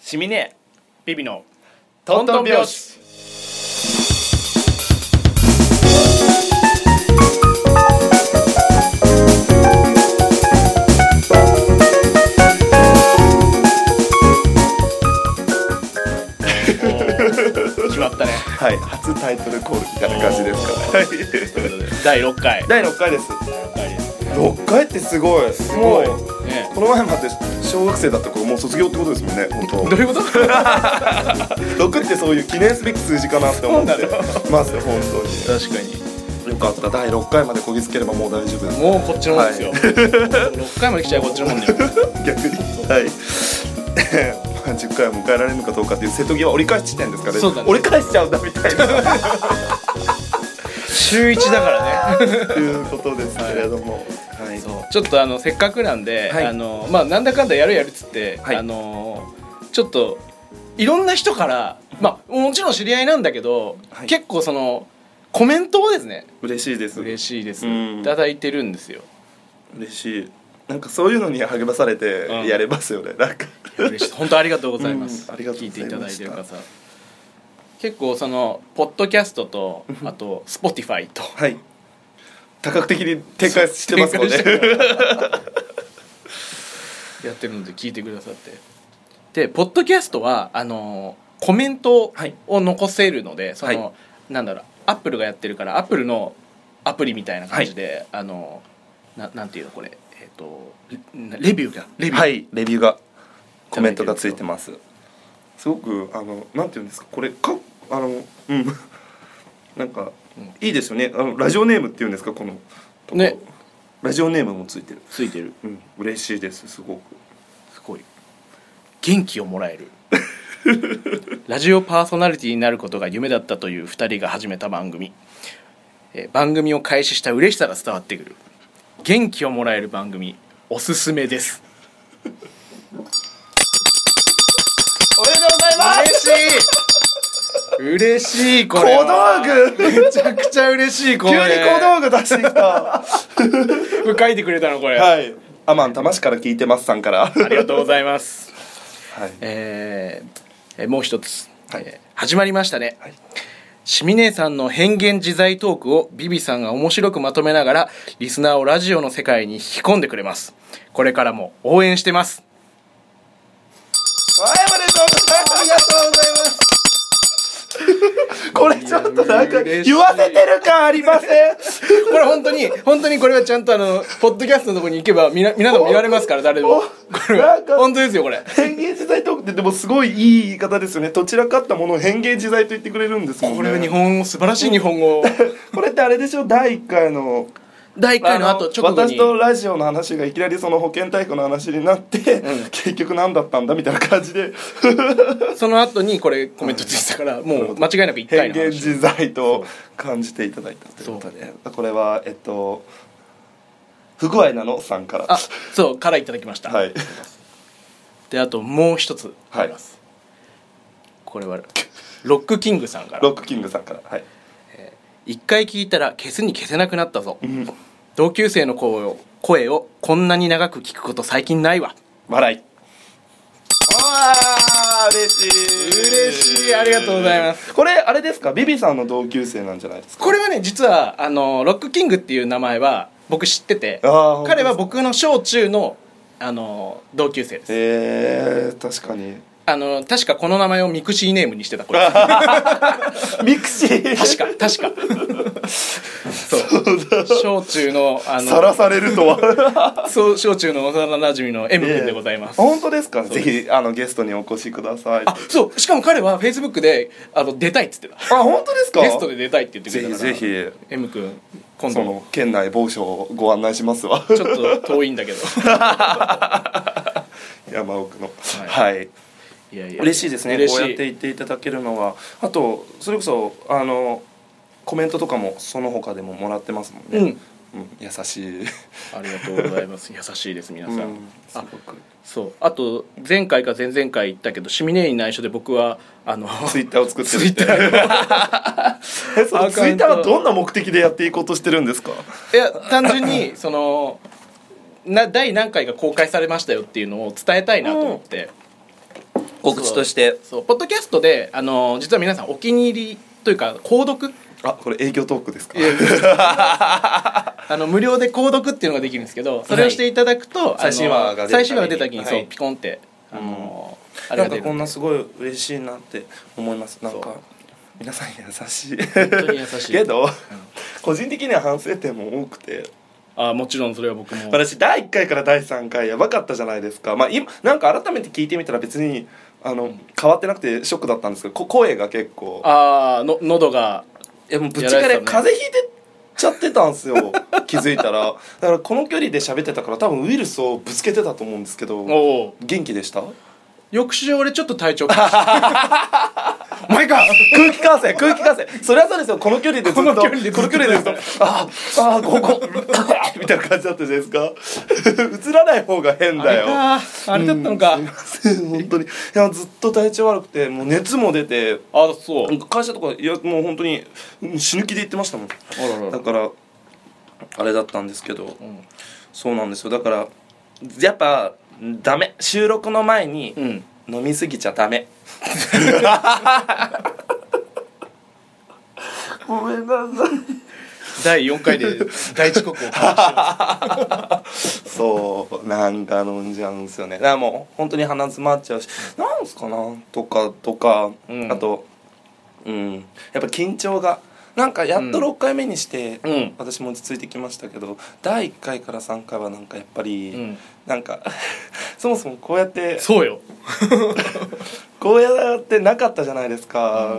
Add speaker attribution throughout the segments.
Speaker 1: シミネ
Speaker 2: ビビの
Speaker 1: トントン拍子
Speaker 2: 決まったね
Speaker 3: はい、初タイトルコールみたいな感じですから。
Speaker 2: ということで第6回
Speaker 3: 第6回です。
Speaker 2: 6回です
Speaker 3: 6回ってすごい。す
Speaker 2: ごい
Speaker 3: もう
Speaker 2: ね
Speaker 3: この前まで小学生だった子がもう卒業ってことですもんね、本
Speaker 2: どういう こと確
Speaker 3: 当。6ってそういう記念すべき数字かなって思って
Speaker 2: そうな
Speaker 3: ますよ、本
Speaker 2: かに
Speaker 3: 当に。よかった、第6回までこぎつければもう大丈夫 です。
Speaker 2: もうこっちのもんですよ、6回まで来ちゃうこっちのもんだよ
Speaker 3: 逆に。はい。 まあ10回を迎えられるのかどうかっていう瀬戸際折り返し地点ですから
Speaker 2: そうだね
Speaker 3: 折り返しちゃうんだみたいな
Speaker 2: 週1だからね
Speaker 3: ということですけれども、はい
Speaker 2: ちょっとあのせっかくなんで、
Speaker 3: はい
Speaker 2: あのまあなんだかんだやるやるっつって、
Speaker 3: はい
Speaker 2: あのちょっといろんな人からまあもちろん知り合いなんだけど、
Speaker 3: はい
Speaker 2: 結構そのコメントをですね
Speaker 3: 嬉しいです
Speaker 2: 嬉しいです
Speaker 3: うん
Speaker 2: いただいてるんですよ
Speaker 3: 嬉しいなんかそういうのに励まされ
Speaker 2: うん
Speaker 3: てやれますよね、なんか
Speaker 2: 嬉しい本当ありがとうございます、
Speaker 3: うんありがとう
Speaker 2: 聞い
Speaker 3: ご
Speaker 2: て
Speaker 3: ざい
Speaker 2: い
Speaker 3: ました
Speaker 2: ただいてる方結構そのポッドキャストとあと Spotify と
Speaker 3: はい多角的に展開してますもんね
Speaker 2: 展開してるやってるので聞いてくださってでポッドキャストはあのーコメント
Speaker 3: はい
Speaker 2: を残せるので、その、
Speaker 3: は
Speaker 2: なんだろうアップルがやってるからアップルのアプリみたいな感じで、あのーななんていうのこれえっ、とレレビューがレビュー、
Speaker 3: はい レビューがコメントがついてますすごくあのなんていうんですかこれかあのうん なんか、
Speaker 2: うん
Speaker 3: いいですよねあのラジオネームっていうんですかこのとこ
Speaker 2: ね
Speaker 3: ラジオネームもついてる
Speaker 2: ついてる
Speaker 3: うん嬉しいですすごく
Speaker 2: すごい元気をもらえるラジオパーソナリティになることが夢だったという2人が始めた番組えー番組を開始した嬉しさが伝わってくる元気をもらえる番組おすすめです
Speaker 3: おめでとうござい
Speaker 2: 嬉しい嬉しいこ
Speaker 3: 小
Speaker 2: れは
Speaker 3: 道具
Speaker 2: めちゃくちゃ嬉しいこ
Speaker 3: 急
Speaker 2: れ
Speaker 3: に小道具出してき た
Speaker 2: これ書いてくれたのこれ、
Speaker 3: はい。アマン玉市から聞いてますさんから。はい。
Speaker 2: ありがとうございます
Speaker 3: はい。
Speaker 2: えーえーもう一つ、
Speaker 3: はい
Speaker 2: えー始まりましたね、
Speaker 3: はい
Speaker 2: しみねえさんの変幻自在トークをビビさんが面白くまとめながらリスナーをラジオの世界に引き込んでくれますこれからも応援してます
Speaker 3: おめでとうございます。ありがとうございます。 これちょっとなんか
Speaker 2: 嬉しい
Speaker 3: 言わせてる感ありません。
Speaker 2: これ本当に本当にこれはちゃんとあのポッドキャストのとこに行けばみな皆さんも見られますから誰でもこれ
Speaker 3: な
Speaker 2: は
Speaker 3: んか
Speaker 2: 本当ですよこれ
Speaker 3: 変幻自在トークってでもすごいいい言い方ですよね。どちらかったものを変幻自在と言ってくれるんですもんね。
Speaker 2: これは日。本語素晴らしい日本語
Speaker 3: これってあれでしょ第一回の。
Speaker 2: 第1回の後直後に
Speaker 3: 私とラジオの話がいきなりその保健体育の話になって、
Speaker 2: うん
Speaker 3: 結局何だったんだみたいな感じで
Speaker 2: その後にこれコメントついてたからもう間違いなく1
Speaker 3: 変
Speaker 2: 回の
Speaker 3: 幻
Speaker 2: 話
Speaker 3: 自在と感じていただいたということでこれはえっと不具合なのさんから
Speaker 2: あそうからいただきました、
Speaker 3: はい
Speaker 2: であともう一つあります、これはロックキングさんから
Speaker 3: ロックキングさんからはい
Speaker 2: 一回聞いたら消すに消せなくなったぞ、
Speaker 3: ん
Speaker 2: 同級生の声を声をこんなに長く聞くこと最近ないわ
Speaker 3: 笑いああ嬉しい
Speaker 2: す
Speaker 3: すこれあれですかビビさんの同級生なんじゃないですか
Speaker 2: これはね実はあのロックキングっていう名前は僕知ってて
Speaker 3: あー
Speaker 2: 彼は僕の小中のあの同級生です
Speaker 3: えー、確かに
Speaker 2: あの確かこの名前をミクシーネームにしてたこれ
Speaker 3: ミクシー
Speaker 2: 確か確か そう小中のあの
Speaker 3: さらされるとは
Speaker 2: そう小中の幼馴染の M 君でございます、
Speaker 3: 本当ですかぜひあのゲストにお越しください
Speaker 2: あそうしかも彼はフェイスブックであの出たいっつってた
Speaker 3: あ本当ですか
Speaker 2: ゲストで出たいって言ってくれ
Speaker 3: ぜ
Speaker 2: た
Speaker 3: ひ
Speaker 2: から
Speaker 3: ぜひ
Speaker 2: M 君今
Speaker 3: そ
Speaker 2: 度
Speaker 3: の県内某所をご案内しますわ
Speaker 2: ちょっと遠いんだけど
Speaker 3: 山奥の
Speaker 2: は
Speaker 3: はい、
Speaker 2: いやい
Speaker 3: 嬉しいですね
Speaker 2: 嬉
Speaker 3: こ
Speaker 2: し
Speaker 3: う
Speaker 2: い
Speaker 3: やって言っていただけるのはあとそれこそあのコメントとかもその他でももらってますもんね、
Speaker 2: うん
Speaker 3: うん優 しい、
Speaker 2: ありがとうございます優しいです皆さん、
Speaker 3: うんす
Speaker 2: あ
Speaker 3: ごく
Speaker 2: そうあと前回か前々回言ったけどシミネーに内緒で僕はあの
Speaker 3: ツイッターを作ってるって
Speaker 2: Twitter
Speaker 3: えその
Speaker 2: アカウント
Speaker 3: ツイッターはどんな目的でやっていこうとしてるんですか
Speaker 2: いや単純に そのな第何回が公開されましたよっていうのを伝えたいなと思って、
Speaker 4: 告知として
Speaker 2: そうポッドキャストであの実は皆さんお気に入りというか購 読
Speaker 3: あこれ営業トークですか
Speaker 2: あの無料で購読っていうのができるんですけどそれをしていただくと、あの
Speaker 4: 最新話が出るために
Speaker 2: 最新話が出た時に、そ
Speaker 4: は
Speaker 2: う
Speaker 4: い
Speaker 2: ピコンってあの、あれが
Speaker 3: なん
Speaker 2: 出
Speaker 3: か
Speaker 2: る
Speaker 3: こんなすごい嬉しいなって思いますなん
Speaker 2: そ
Speaker 3: か
Speaker 2: う
Speaker 3: 皆さん優しい
Speaker 2: 本当に優しい
Speaker 3: けど、個人的には反省点も多くて
Speaker 2: あもちろんそれは僕も
Speaker 3: 私第1回から第3回やばかったじゃないですか、まあ、今なんか改めて聞いてみたら別にあの変わってなくてショックだったんですけどこ声が結構
Speaker 2: あーの喉が
Speaker 3: いやもうぶっち
Speaker 2: や
Speaker 3: からけ
Speaker 2: れてたね
Speaker 3: 風邪ひいてっちゃってたんです よ気づいたらだからこの距離で喋ってたから多分ウイルスをぶつけてたと思うんですけど
Speaker 2: おお
Speaker 3: 元気でした
Speaker 2: 翌週俺ちょっと体調崩した
Speaker 3: お前か空気感染空気感染それはそうですよこの距離でずっと
Speaker 2: この距離でずっと
Speaker 3: この距離でずっとあーあーこ こみたいな感じだったじゃないですか 映らない方が変だよ
Speaker 2: あーあれだったのか、
Speaker 3: うんすいません 本当にいやずっと体調悪くてもう熱も出て
Speaker 2: あそう
Speaker 3: 会社とかいやもう本当にうん死ぬ気で行ってましたもん
Speaker 2: あらら
Speaker 3: だからあれだったんですけど、
Speaker 2: ん
Speaker 3: そうなんですよだからやっぱダメ収録の前に
Speaker 2: うん
Speaker 3: 飲みすぎちゃダメ ごめんなさい
Speaker 2: 第4回 で第一刻を交わしてま
Speaker 3: そうなんか飲んじゃうんですよねだからもう本当に鼻詰まっちゃうしなんすかなとかとか、
Speaker 2: うん
Speaker 3: あとうんやっぱ緊張がなんかやっと
Speaker 2: うん
Speaker 3: 6回目にして、
Speaker 2: うん
Speaker 3: 私も落ち着いてきましたけど第1回から3回はなんかやっぱり、
Speaker 2: す、うん、
Speaker 3: なんか そもそもこうやって
Speaker 2: そうよ
Speaker 3: こうやってなかったじゃないですか、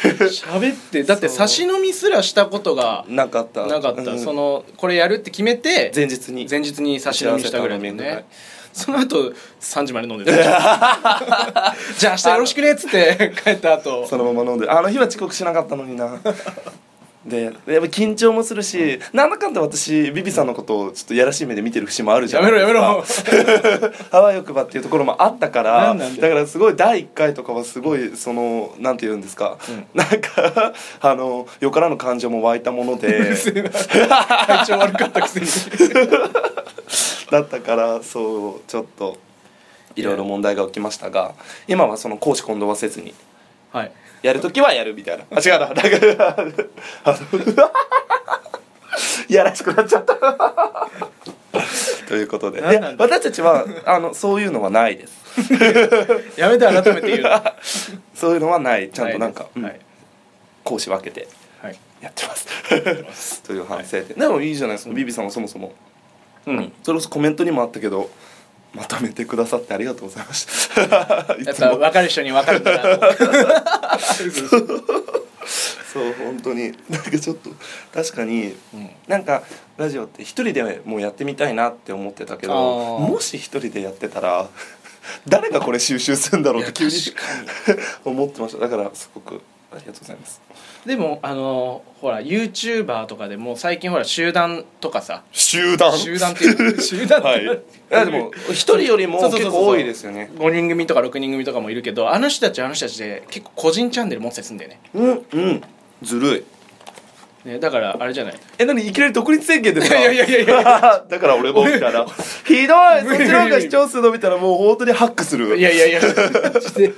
Speaker 2: 喋ってだって差し飲みすらしたことが
Speaker 3: なかった
Speaker 2: なかった、
Speaker 3: うん
Speaker 2: そのこれやるって決めて
Speaker 3: 前日に
Speaker 2: 前日に差し飲みしたぐらいで
Speaker 3: 幸せな面会
Speaker 2: ねその後3時まで飲んでた じゃあ明日よろしくねっつって帰った後
Speaker 3: そのまま飲んであの日は遅刻しなかったのに なでやっぱ緊張もするし、なんだかんだ私ビビさんのことをちょっとやらしい目で見てる節もあるじゃ
Speaker 2: や
Speaker 3: な
Speaker 2: め
Speaker 3: い
Speaker 2: ろ
Speaker 3: です
Speaker 2: や
Speaker 3: か
Speaker 2: めろ
Speaker 3: あわよくばっていうところもあったから
Speaker 2: なんなんだよ
Speaker 3: だからすごい第1回とかはすごいそのなんて言うんですか、なんかあのよからぬ感情も湧いたも ので
Speaker 2: 体調悪かったくせに
Speaker 3: だったからそうちょっといろいろ問題が起きましたが今はその公私混同はせずに
Speaker 2: はい
Speaker 3: やるときはやるみたいなあ違うなだからあの いやらしくなっちゃったということで
Speaker 2: 何なんだ
Speaker 3: いや私たちはあのそういうのはないです
Speaker 2: やめて改めて言 うの
Speaker 3: そういうのはないちゃんとなんか、うん
Speaker 2: はい
Speaker 3: 講師分けて
Speaker 2: はい
Speaker 3: やってま すという反省点、でもいいじゃないですかビビさんはそもそも、
Speaker 2: うん
Speaker 3: それこそコメントにもあったけどまとめてくださってありがとうございました い
Speaker 2: やっ
Speaker 3: つ
Speaker 2: ぱ
Speaker 3: も
Speaker 2: 分かる人に分かるんだ な と
Speaker 3: そう本当になんかちょっと確かに、
Speaker 2: ん
Speaker 3: なんかラジオって一人でもうやってみたいなって思ってたけど
Speaker 2: あー
Speaker 3: もし一人でやってたら 誰がこれ収集するんだろうって急に 思ってましただからすごくありがとうございます
Speaker 2: でもあのーほら YouTuber とかでも最近ほら集団とかさ
Speaker 3: 集団
Speaker 2: 集団っていう集団って
Speaker 3: はいいういやでも一人よりも
Speaker 2: そうそうそ
Speaker 3: 結
Speaker 2: うそう
Speaker 3: 構多いですよね
Speaker 2: 5人組とか6人組とかもいるけどあの人たちはあの人たちで結構個人チャンネル持ってたりするんだよね
Speaker 3: うんうんずるい
Speaker 2: ねだからあれじゃない
Speaker 3: え何いきなり独立宣言ですか
Speaker 2: いやいやいやいや
Speaker 3: だから俺もみたいなひどいそっちの方が視聴数伸びたらもう本当にハックする
Speaker 2: いやいやいやちょっとね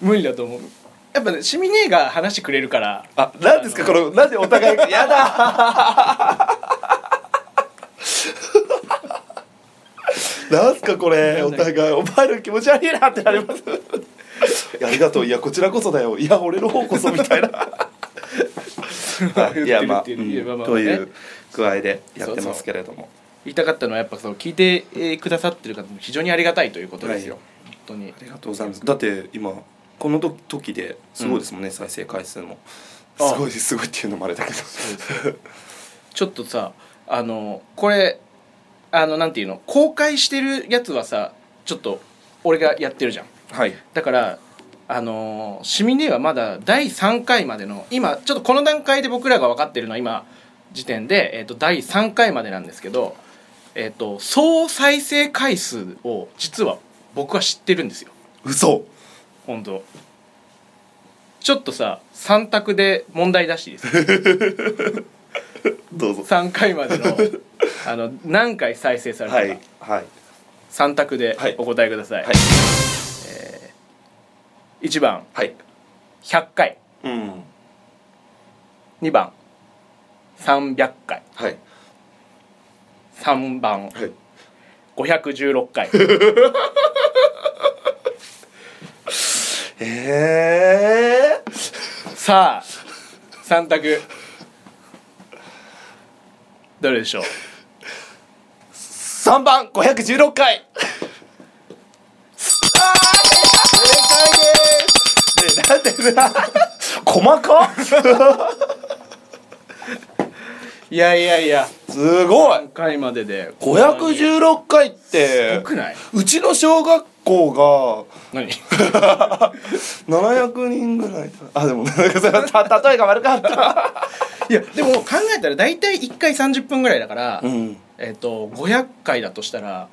Speaker 2: 無理だと思うやっぱねシミ姉が話してくれるから
Speaker 3: あ、なんですかこのなんでお互い やだ。 なんすかこれお互いお前の気持ち悪いなってなります。 いやありがとういやこちらこそだよいや俺の方こそみたい な。いやまあ、
Speaker 2: 言ってるっていうまあまあね
Speaker 3: という具合でやってますけれども
Speaker 2: 言いたかったのはやっぱその聞いてえーくださってる方も非常にありがたいということですよ、
Speaker 3: はい
Speaker 2: 本当に
Speaker 3: ありがとうございますだって今この時時ですごいですもんね、再生回数もす
Speaker 2: あ
Speaker 3: ごいすごいっていうのもあれだけど
Speaker 2: ちょっとさあのこれあのなんていうの公開してるやつはさちょっと俺がやってるじゃん
Speaker 3: はい
Speaker 2: だからあのーシミネはまだ第3回までの今ちょっとこの段階で僕らが分かってるのは今時点で、えー、と第3回までなんですけど、えー、と総再生回数を実は僕は知ってるんですよ
Speaker 3: 嘘
Speaker 2: 本当ちょっとさ3択で問題出していいですか
Speaker 3: どうぞ
Speaker 2: 3回までのあの何回再生された
Speaker 3: は
Speaker 2: か、
Speaker 3: いはい
Speaker 2: 3択で
Speaker 3: はい
Speaker 2: お答えください、
Speaker 3: はい
Speaker 2: 1番
Speaker 3: はい
Speaker 2: 100回
Speaker 3: うん
Speaker 2: 2番300回
Speaker 3: はい
Speaker 2: 3番
Speaker 3: はい
Speaker 2: 516回
Speaker 3: ええ
Speaker 2: さあ3択どれでしょう
Speaker 3: 3番516回正解ですえ なんでな細か
Speaker 2: いやいやいや
Speaker 3: すごい
Speaker 2: 3回までで
Speaker 3: 516回っ
Speaker 2: よ
Speaker 3: て
Speaker 2: くないう
Speaker 3: ちの小学校
Speaker 2: 何
Speaker 3: が700人ぐらいあ でもなんかそれた例えが悪かった
Speaker 2: いやでも考えたら大体1回30分ぐらいだから、
Speaker 3: ん
Speaker 2: えっ、と500回だとしたら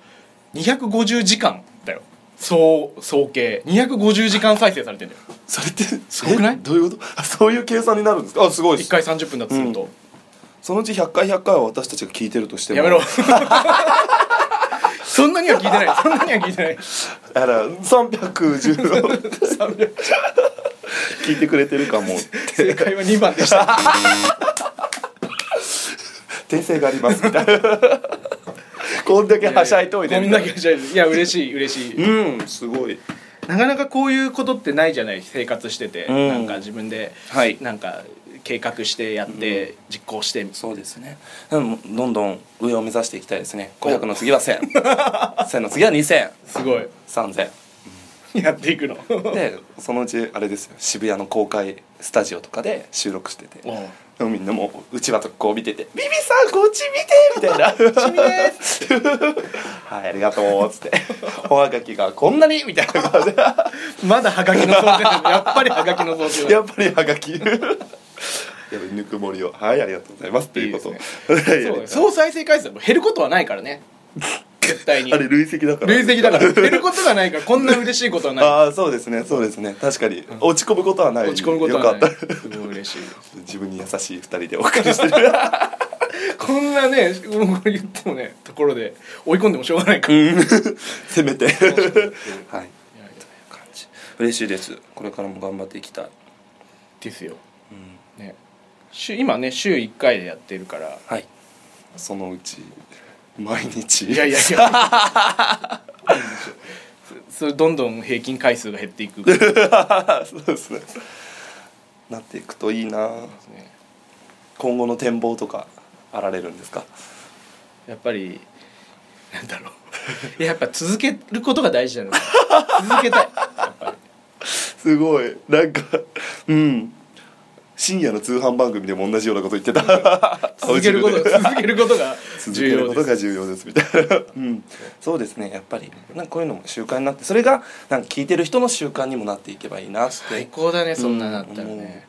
Speaker 2: 250時間だよ総総計250時間再生されてんだよ
Speaker 3: それってす
Speaker 2: ごくない
Speaker 3: どういうことあそういう計算になるんですかあすごいで
Speaker 2: 1
Speaker 3: す
Speaker 2: 回30分だとすると、
Speaker 3: そのうち100回100回は私たちが聞いてるとしても
Speaker 2: やめろ そんなには聞いてないそんなには聞いて ない
Speaker 3: あら310
Speaker 2: 300
Speaker 3: 聞いてくれてるかも
Speaker 2: 正解は2番でした
Speaker 3: 訂正があります みたいなこんだけはしゃいといて
Speaker 2: こんだけはしゃいでいや嬉しい嬉しい
Speaker 3: うんすごい
Speaker 2: なかなかこういうことってないじゃない生活してて、
Speaker 3: うん
Speaker 2: なんか自分で、
Speaker 3: はい
Speaker 2: なんか計画してやって、実行してみ
Speaker 3: そうですねうんどんどん上を目指していきたいですね500の次は1000 1000の次は2000
Speaker 2: すごい
Speaker 3: 3000
Speaker 2: やっていくの
Speaker 3: でそのうちあれですよ渋谷の公開スタジオとかで収録してて
Speaker 2: おう
Speaker 3: でもみんなもううちわとかこう見てて「ビビさんこっち見て!」みたいな「はいありがとう」っつって おはがきがこんなにみたいな感じで
Speaker 2: まだハガキの想定なんだやっぱりハガキの想定 だ
Speaker 3: やっぱりはがき。やっぱりぬくもりを、はい、ありがとうございますっていうこと。
Speaker 2: いいで
Speaker 3: はい
Speaker 2: そうだよ
Speaker 3: ありがとう
Speaker 2: 総再生回数はもう減ることはないからね絶対に
Speaker 3: あれ累積だから。
Speaker 2: 累積だ から減ることがないからこんな嬉しいことはな
Speaker 3: ああ、そうですね、そうですね、確かに、落ち込むことはないい。
Speaker 2: 落ち込むことは
Speaker 3: よ
Speaker 2: な
Speaker 3: か
Speaker 2: い
Speaker 3: った。
Speaker 2: すごい嬉しい
Speaker 3: 自分に優しい二人でお送りしてる。
Speaker 2: こんなねもう言ってもねところで追い込んでもしょうがないから、い
Speaker 3: せめて。はい。
Speaker 2: やいや
Speaker 3: 感じ。嬉しいです。これからも頑張っていきたい。
Speaker 2: ですよ
Speaker 3: うん。
Speaker 2: ね週今ね週1回でやってるから
Speaker 3: はい。そのうち。毎日。
Speaker 2: いやい やいやそそれどんどん平均回数が減っていくからで
Speaker 3: そうですね。なっていくといいな。
Speaker 2: すね
Speaker 3: 今後の展望とか。あられるんですか。
Speaker 2: やっぱりなんだろういややっぱ続けることが大事なの続けた いやっぱり
Speaker 3: すごいなんかうん深夜の通販番組でも同じようなこと言って た
Speaker 2: 続けること続けることが
Speaker 3: 続け
Speaker 2: 重
Speaker 3: る
Speaker 2: 要
Speaker 3: こ
Speaker 2: で
Speaker 3: と
Speaker 2: す
Speaker 3: が重要ですみたい な、うん、そうですねやっぱりなんかこういうのも習慣になってそれがなんか聞いてる人の習慣にもなっていけばいいなって、
Speaker 2: 最高だねそんななったら
Speaker 3: うん
Speaker 2: ね、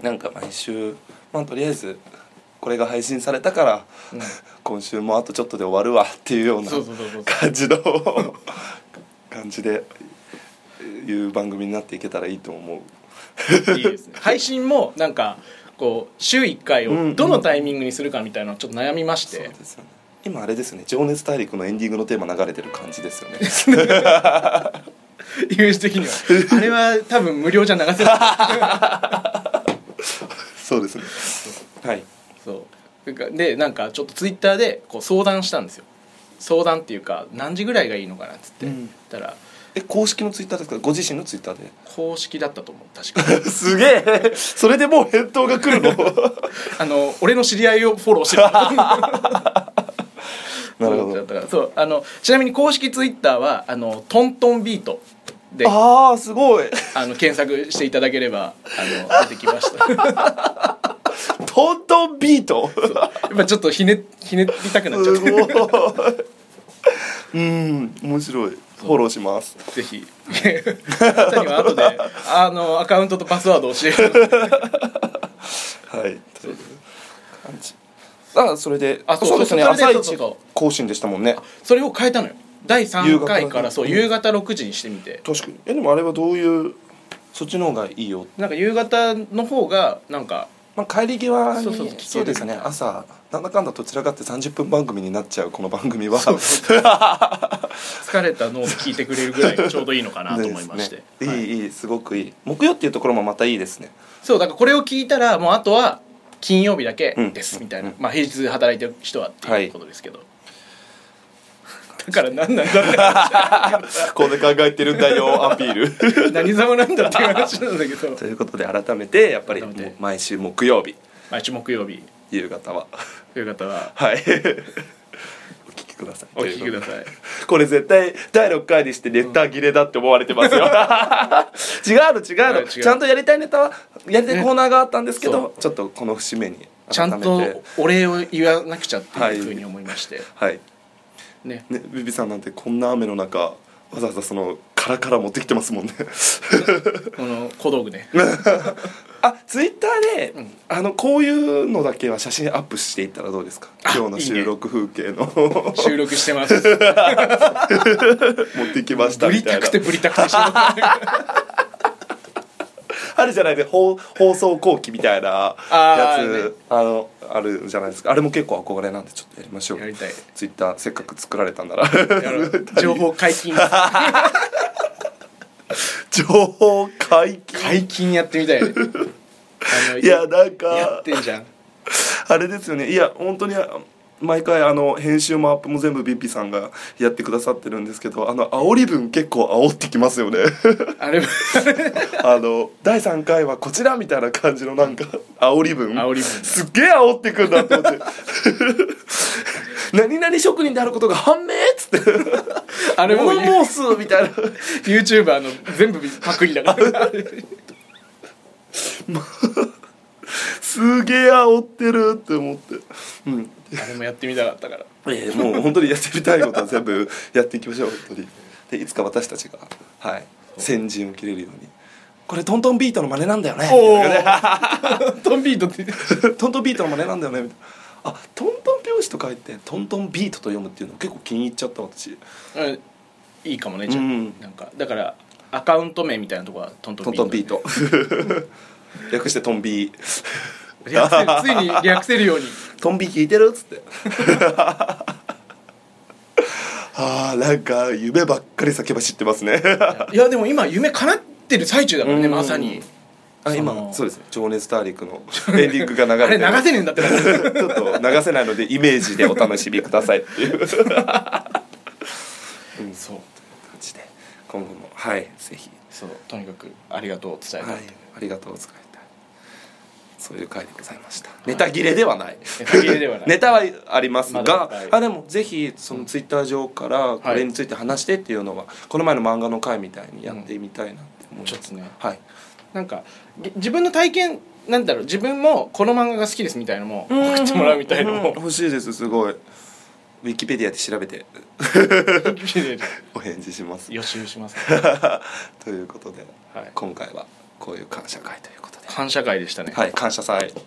Speaker 3: なんか毎週まあとりあえずこれが配信されたから、
Speaker 2: うん
Speaker 3: 今週もあとちょっとで終わるわっていうような
Speaker 2: そうそうそうそう
Speaker 3: 感じの感じでいう番組になっていけたらいいと思う。
Speaker 2: いい ですね配信もなんかこう週1回
Speaker 3: うんう
Speaker 2: を
Speaker 3: ん
Speaker 2: どのタイミングにするかみたいなのちょっと悩みまして、
Speaker 3: そうですよね今あれですよね「情熱大陸」のエンディングのテーマ流れてる感じですよね
Speaker 2: イメージ的に はあれは多分無料じゃ流せない
Speaker 3: そうですねはい
Speaker 2: そうなんかでなんかちょっとツイッターでこう相談したんですよ相談っていうか何時ぐらいがいいのかなっつって、
Speaker 3: うん
Speaker 2: たら
Speaker 3: え公式のツイッターですかご自身のツイッターで
Speaker 2: 公式だったと思う確か
Speaker 3: すげえそれでもう返答が来るの
Speaker 2: あの俺の知り合いをフォローしてる
Speaker 3: なる
Speaker 2: そう
Speaker 3: ほ
Speaker 2: だっ
Speaker 3: ど
Speaker 2: たからそうあのちなみに公式ツイッターはあのトントンビートであ
Speaker 3: ああすごい
Speaker 2: の検索していただければあの出てきました や
Speaker 3: トントンビート
Speaker 2: っぱちょっとひねひねりたくなっちゃっ
Speaker 3: す
Speaker 2: て
Speaker 3: ごいうん面白いフォローします
Speaker 2: ぜひ さっきは後であのアカウントとパスワードを教える
Speaker 3: はいという感じあそれで
Speaker 2: あそうそう
Speaker 3: ですね
Speaker 2: それで
Speaker 3: 朝
Speaker 2: そうそう
Speaker 3: 一
Speaker 2: そ
Speaker 3: 更新でしたもんね
Speaker 2: それを変えたのよ第
Speaker 3: 夕
Speaker 2: 3
Speaker 3: 方
Speaker 2: 回からそう
Speaker 3: うん
Speaker 2: 夕方6時にしてみて
Speaker 3: 確かにえでもあれはどういうそっちの方がいいよ
Speaker 2: なんか夕方の方がなんか
Speaker 3: まあ、帰り際に
Speaker 2: そ
Speaker 3: そうう
Speaker 2: そう聞ける
Speaker 3: ですね朝なんだかんだと散らかって30分番組になっちゃうこの番組は
Speaker 2: 疲れたのを聞いてくれるぐらいがちょうどいいのかなと思いまして、
Speaker 3: ですね
Speaker 2: はいい
Speaker 3: い、いいすごくいい木曜っていうところもまたいいです ね
Speaker 2: そうだからこれを聞いたらもうあとは金曜日だけです
Speaker 3: うん
Speaker 2: みたいな、
Speaker 3: うん
Speaker 2: まあ平日働いてる人はって
Speaker 3: はいいう
Speaker 2: ことですけど、だから何なんだっ
Speaker 3: これ考えてるんだ よアピール
Speaker 2: て何様なんだっていう話なんだけど
Speaker 3: ということで改めてやっぱり
Speaker 2: 改めて
Speaker 3: もう毎週木曜日
Speaker 2: 毎週木曜日
Speaker 3: 夕方は
Speaker 2: という方は
Speaker 3: はいお聞きください
Speaker 2: お聞きくだ
Speaker 3: い
Speaker 2: さい
Speaker 3: これ絶対第6回にしてネタ切れだって思われてます よ違うの違う
Speaker 2: は
Speaker 3: の
Speaker 2: い違う
Speaker 3: ちゃんとやりたいネタはやりたいコーナーがあったんですけ
Speaker 2: そ
Speaker 3: どちょっとこの節目に
Speaker 2: ちゃ
Speaker 3: 改
Speaker 2: ん
Speaker 3: めて
Speaker 2: とお礼を言わなくちゃっていうふうに思いまして、
Speaker 3: はい
Speaker 2: ね
Speaker 3: ねビビさんなんてこんな雨の中わざわざそのカラカラ持ってきてますもんね
Speaker 2: この小道具ね
Speaker 3: あツイッターで、あのこういうのだけは写真アップしていったらどうですか今日の収録風景の
Speaker 2: 収録してます
Speaker 3: 持ってきました
Speaker 2: ぶ
Speaker 3: み
Speaker 2: り
Speaker 3: た
Speaker 2: た
Speaker 3: いな
Speaker 2: くてぶりたくてしまう
Speaker 3: あるじゃないで放放送後期みたいなや
Speaker 2: あー
Speaker 3: つあ,、のあるじゃないですかあれも結構憧れなんでちょっとやりましょう
Speaker 2: やりたい
Speaker 3: ツイッターせっかく作られたんなら
Speaker 2: やろう 情報解禁
Speaker 3: 情報解禁
Speaker 2: 解禁やってみたいねあの
Speaker 3: いやなん
Speaker 2: や
Speaker 3: か
Speaker 2: ってんじゃん
Speaker 3: あれですよねいや本当にあ毎回あの編集もアップも全部ビッピさんがやってくださってるんですけどあの煽り分結構煽ってきますよ ね
Speaker 2: あれも
Speaker 3: あの第3回はこちらみたいな感じのなんか煽り分
Speaker 2: 煽り文
Speaker 3: すっげえ煽ってくんだと思って 何々職人であることが判明っつって
Speaker 2: あれも
Speaker 3: モノモースみたいな
Speaker 2: YouTuber の全部パクリだから
Speaker 3: すげえ煽ってるって思ってうん
Speaker 2: あれもやってみたか ったから
Speaker 3: ええもう本当にやってみたいことは全部やっていきましょう本当にでいつか私たちがはい先陣を切れるようにこれトントンビートの真似なんだよねみたいな
Speaker 2: トンビートって
Speaker 3: ね トントンビートの真似なんだよねみたいなあトントン拍子と書いてトントンビートと読むっていうの結構気に入っちゃった私
Speaker 2: うんいいかもねじゃあ、
Speaker 3: うん
Speaker 2: なんかだからアカウント名みたいなとこはトント
Speaker 3: ト
Speaker 2: ン
Speaker 3: ン
Speaker 2: ビート
Speaker 3: トンビート 略してトンビー
Speaker 2: 略せるついに略せる ように
Speaker 3: トンビ聞いてるっつって あーなんか夢ばっかり先走ってますね
Speaker 2: いやでも今夢叶ってる最中だからね
Speaker 3: うん
Speaker 2: まさに
Speaker 3: あ
Speaker 2: その
Speaker 3: 今そうですね「情熱大陸」のエンディングが流
Speaker 2: あれ
Speaker 3: れて
Speaker 2: 流
Speaker 3: る
Speaker 2: せねえんだってな
Speaker 3: ちょっと流せないのでイメージでお楽しみくださいっていう感
Speaker 2: そう
Speaker 3: じで今後もはいぜひ、
Speaker 2: そうとにかくありがとうを伝えた
Speaker 3: はい
Speaker 2: い、、
Speaker 3: ありがとうを使いたいそういう回でございました、ネタ切れではない
Speaker 2: ネタ切れではない
Speaker 3: ネタはありますが、
Speaker 2: まだはい
Speaker 3: あでもぜひそのツイッター上からこれについて話してっていうのは、この前の漫画の回みたいにやってみたいなって思います、
Speaker 2: うんちょっとね
Speaker 3: はい
Speaker 2: なんかげ自分の体験なんだろう自分もこの漫画が好きですみたいのも
Speaker 3: うん
Speaker 2: 送ってもらうみたいの
Speaker 3: うん
Speaker 2: も
Speaker 3: 欲しいですすごいウィキペディアで調べて お返事します
Speaker 2: 予習します
Speaker 3: ということで、
Speaker 2: はい
Speaker 3: 今回はこういう感謝会ということで、
Speaker 2: 感謝会で したね
Speaker 3: はい、感謝祭という
Speaker 2: はい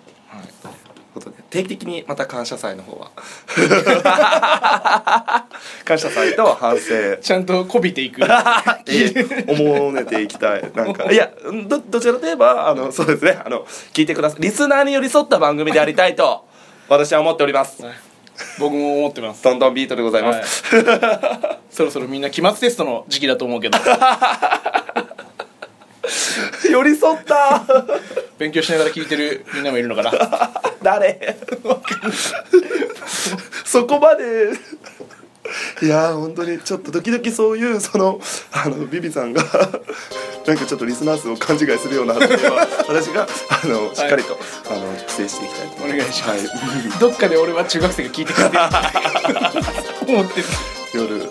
Speaker 3: ことで定期的にまた感謝祭の方 は感謝祭と反省
Speaker 2: ちゃんとこびていく
Speaker 3: え思ねていきたいなんかいやどどちらかといえばあのそうですねあの聞いてくださいリスナーに寄り添った番組でありたいと私は思っております
Speaker 2: 僕も思ってます
Speaker 3: どんどんビートでございます、
Speaker 2: そろそろみんな期末テストの時期だと思うけ ど
Speaker 3: 寄り添った
Speaker 2: 勉強しながら聞いてるみんなもいるのか な
Speaker 3: 誰そこまでいやー本当にちょっと時々そういうそのあのビビさんがなんかちょっとリスナー数を勘違いするような発言は私があのしっかりと、あの規制していきたいと思い
Speaker 2: お
Speaker 3: ます
Speaker 2: 願いし
Speaker 3: ます、はい
Speaker 2: どっかで俺は中学生が聞いてくれて る思ってる
Speaker 3: 夜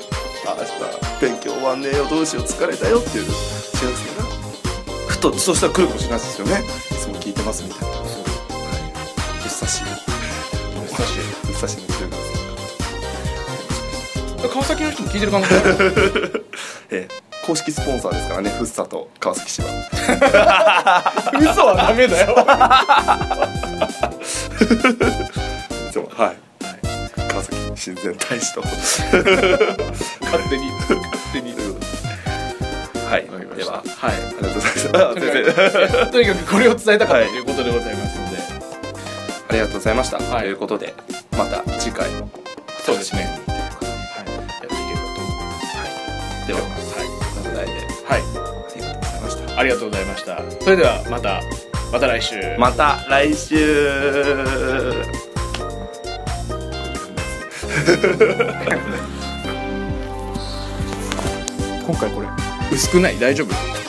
Speaker 3: あ明日勉強終わんねえよどうしよう疲れたよっていう中学生がふとそうしたら来るかもしれないですよねいつも聞いてますみたいなはいうっさしい
Speaker 2: うっさしいう
Speaker 3: っさしいの中学生
Speaker 2: 川崎の人も聞いてる可能性ある
Speaker 3: えー公式スポンサーですからねふっさと川崎市は
Speaker 2: 嘘はダメだよ
Speaker 3: いつもはい、川崎親善大使 と
Speaker 2: 勝手に勝手に
Speaker 3: は
Speaker 2: わか
Speaker 3: い
Speaker 2: りま
Speaker 3: で
Speaker 2: した
Speaker 3: は
Speaker 2: はい
Speaker 3: ありがとうございますあ
Speaker 2: と
Speaker 3: 先
Speaker 2: に
Speaker 3: 生
Speaker 2: かくとにかくこれを伝えたかっ
Speaker 3: は
Speaker 2: た
Speaker 3: い
Speaker 2: ということでございますので、
Speaker 3: ありがとうございました、
Speaker 2: はい
Speaker 3: ということでまた次回も
Speaker 2: そうですねはいやっていければと思います
Speaker 3: ではこのぐらいで
Speaker 2: はい、
Speaker 3: ありがとうございました
Speaker 2: はい、ありがとうございましたそれではまたまた来週
Speaker 3: また来 週
Speaker 2: 今回これ薄くない大丈夫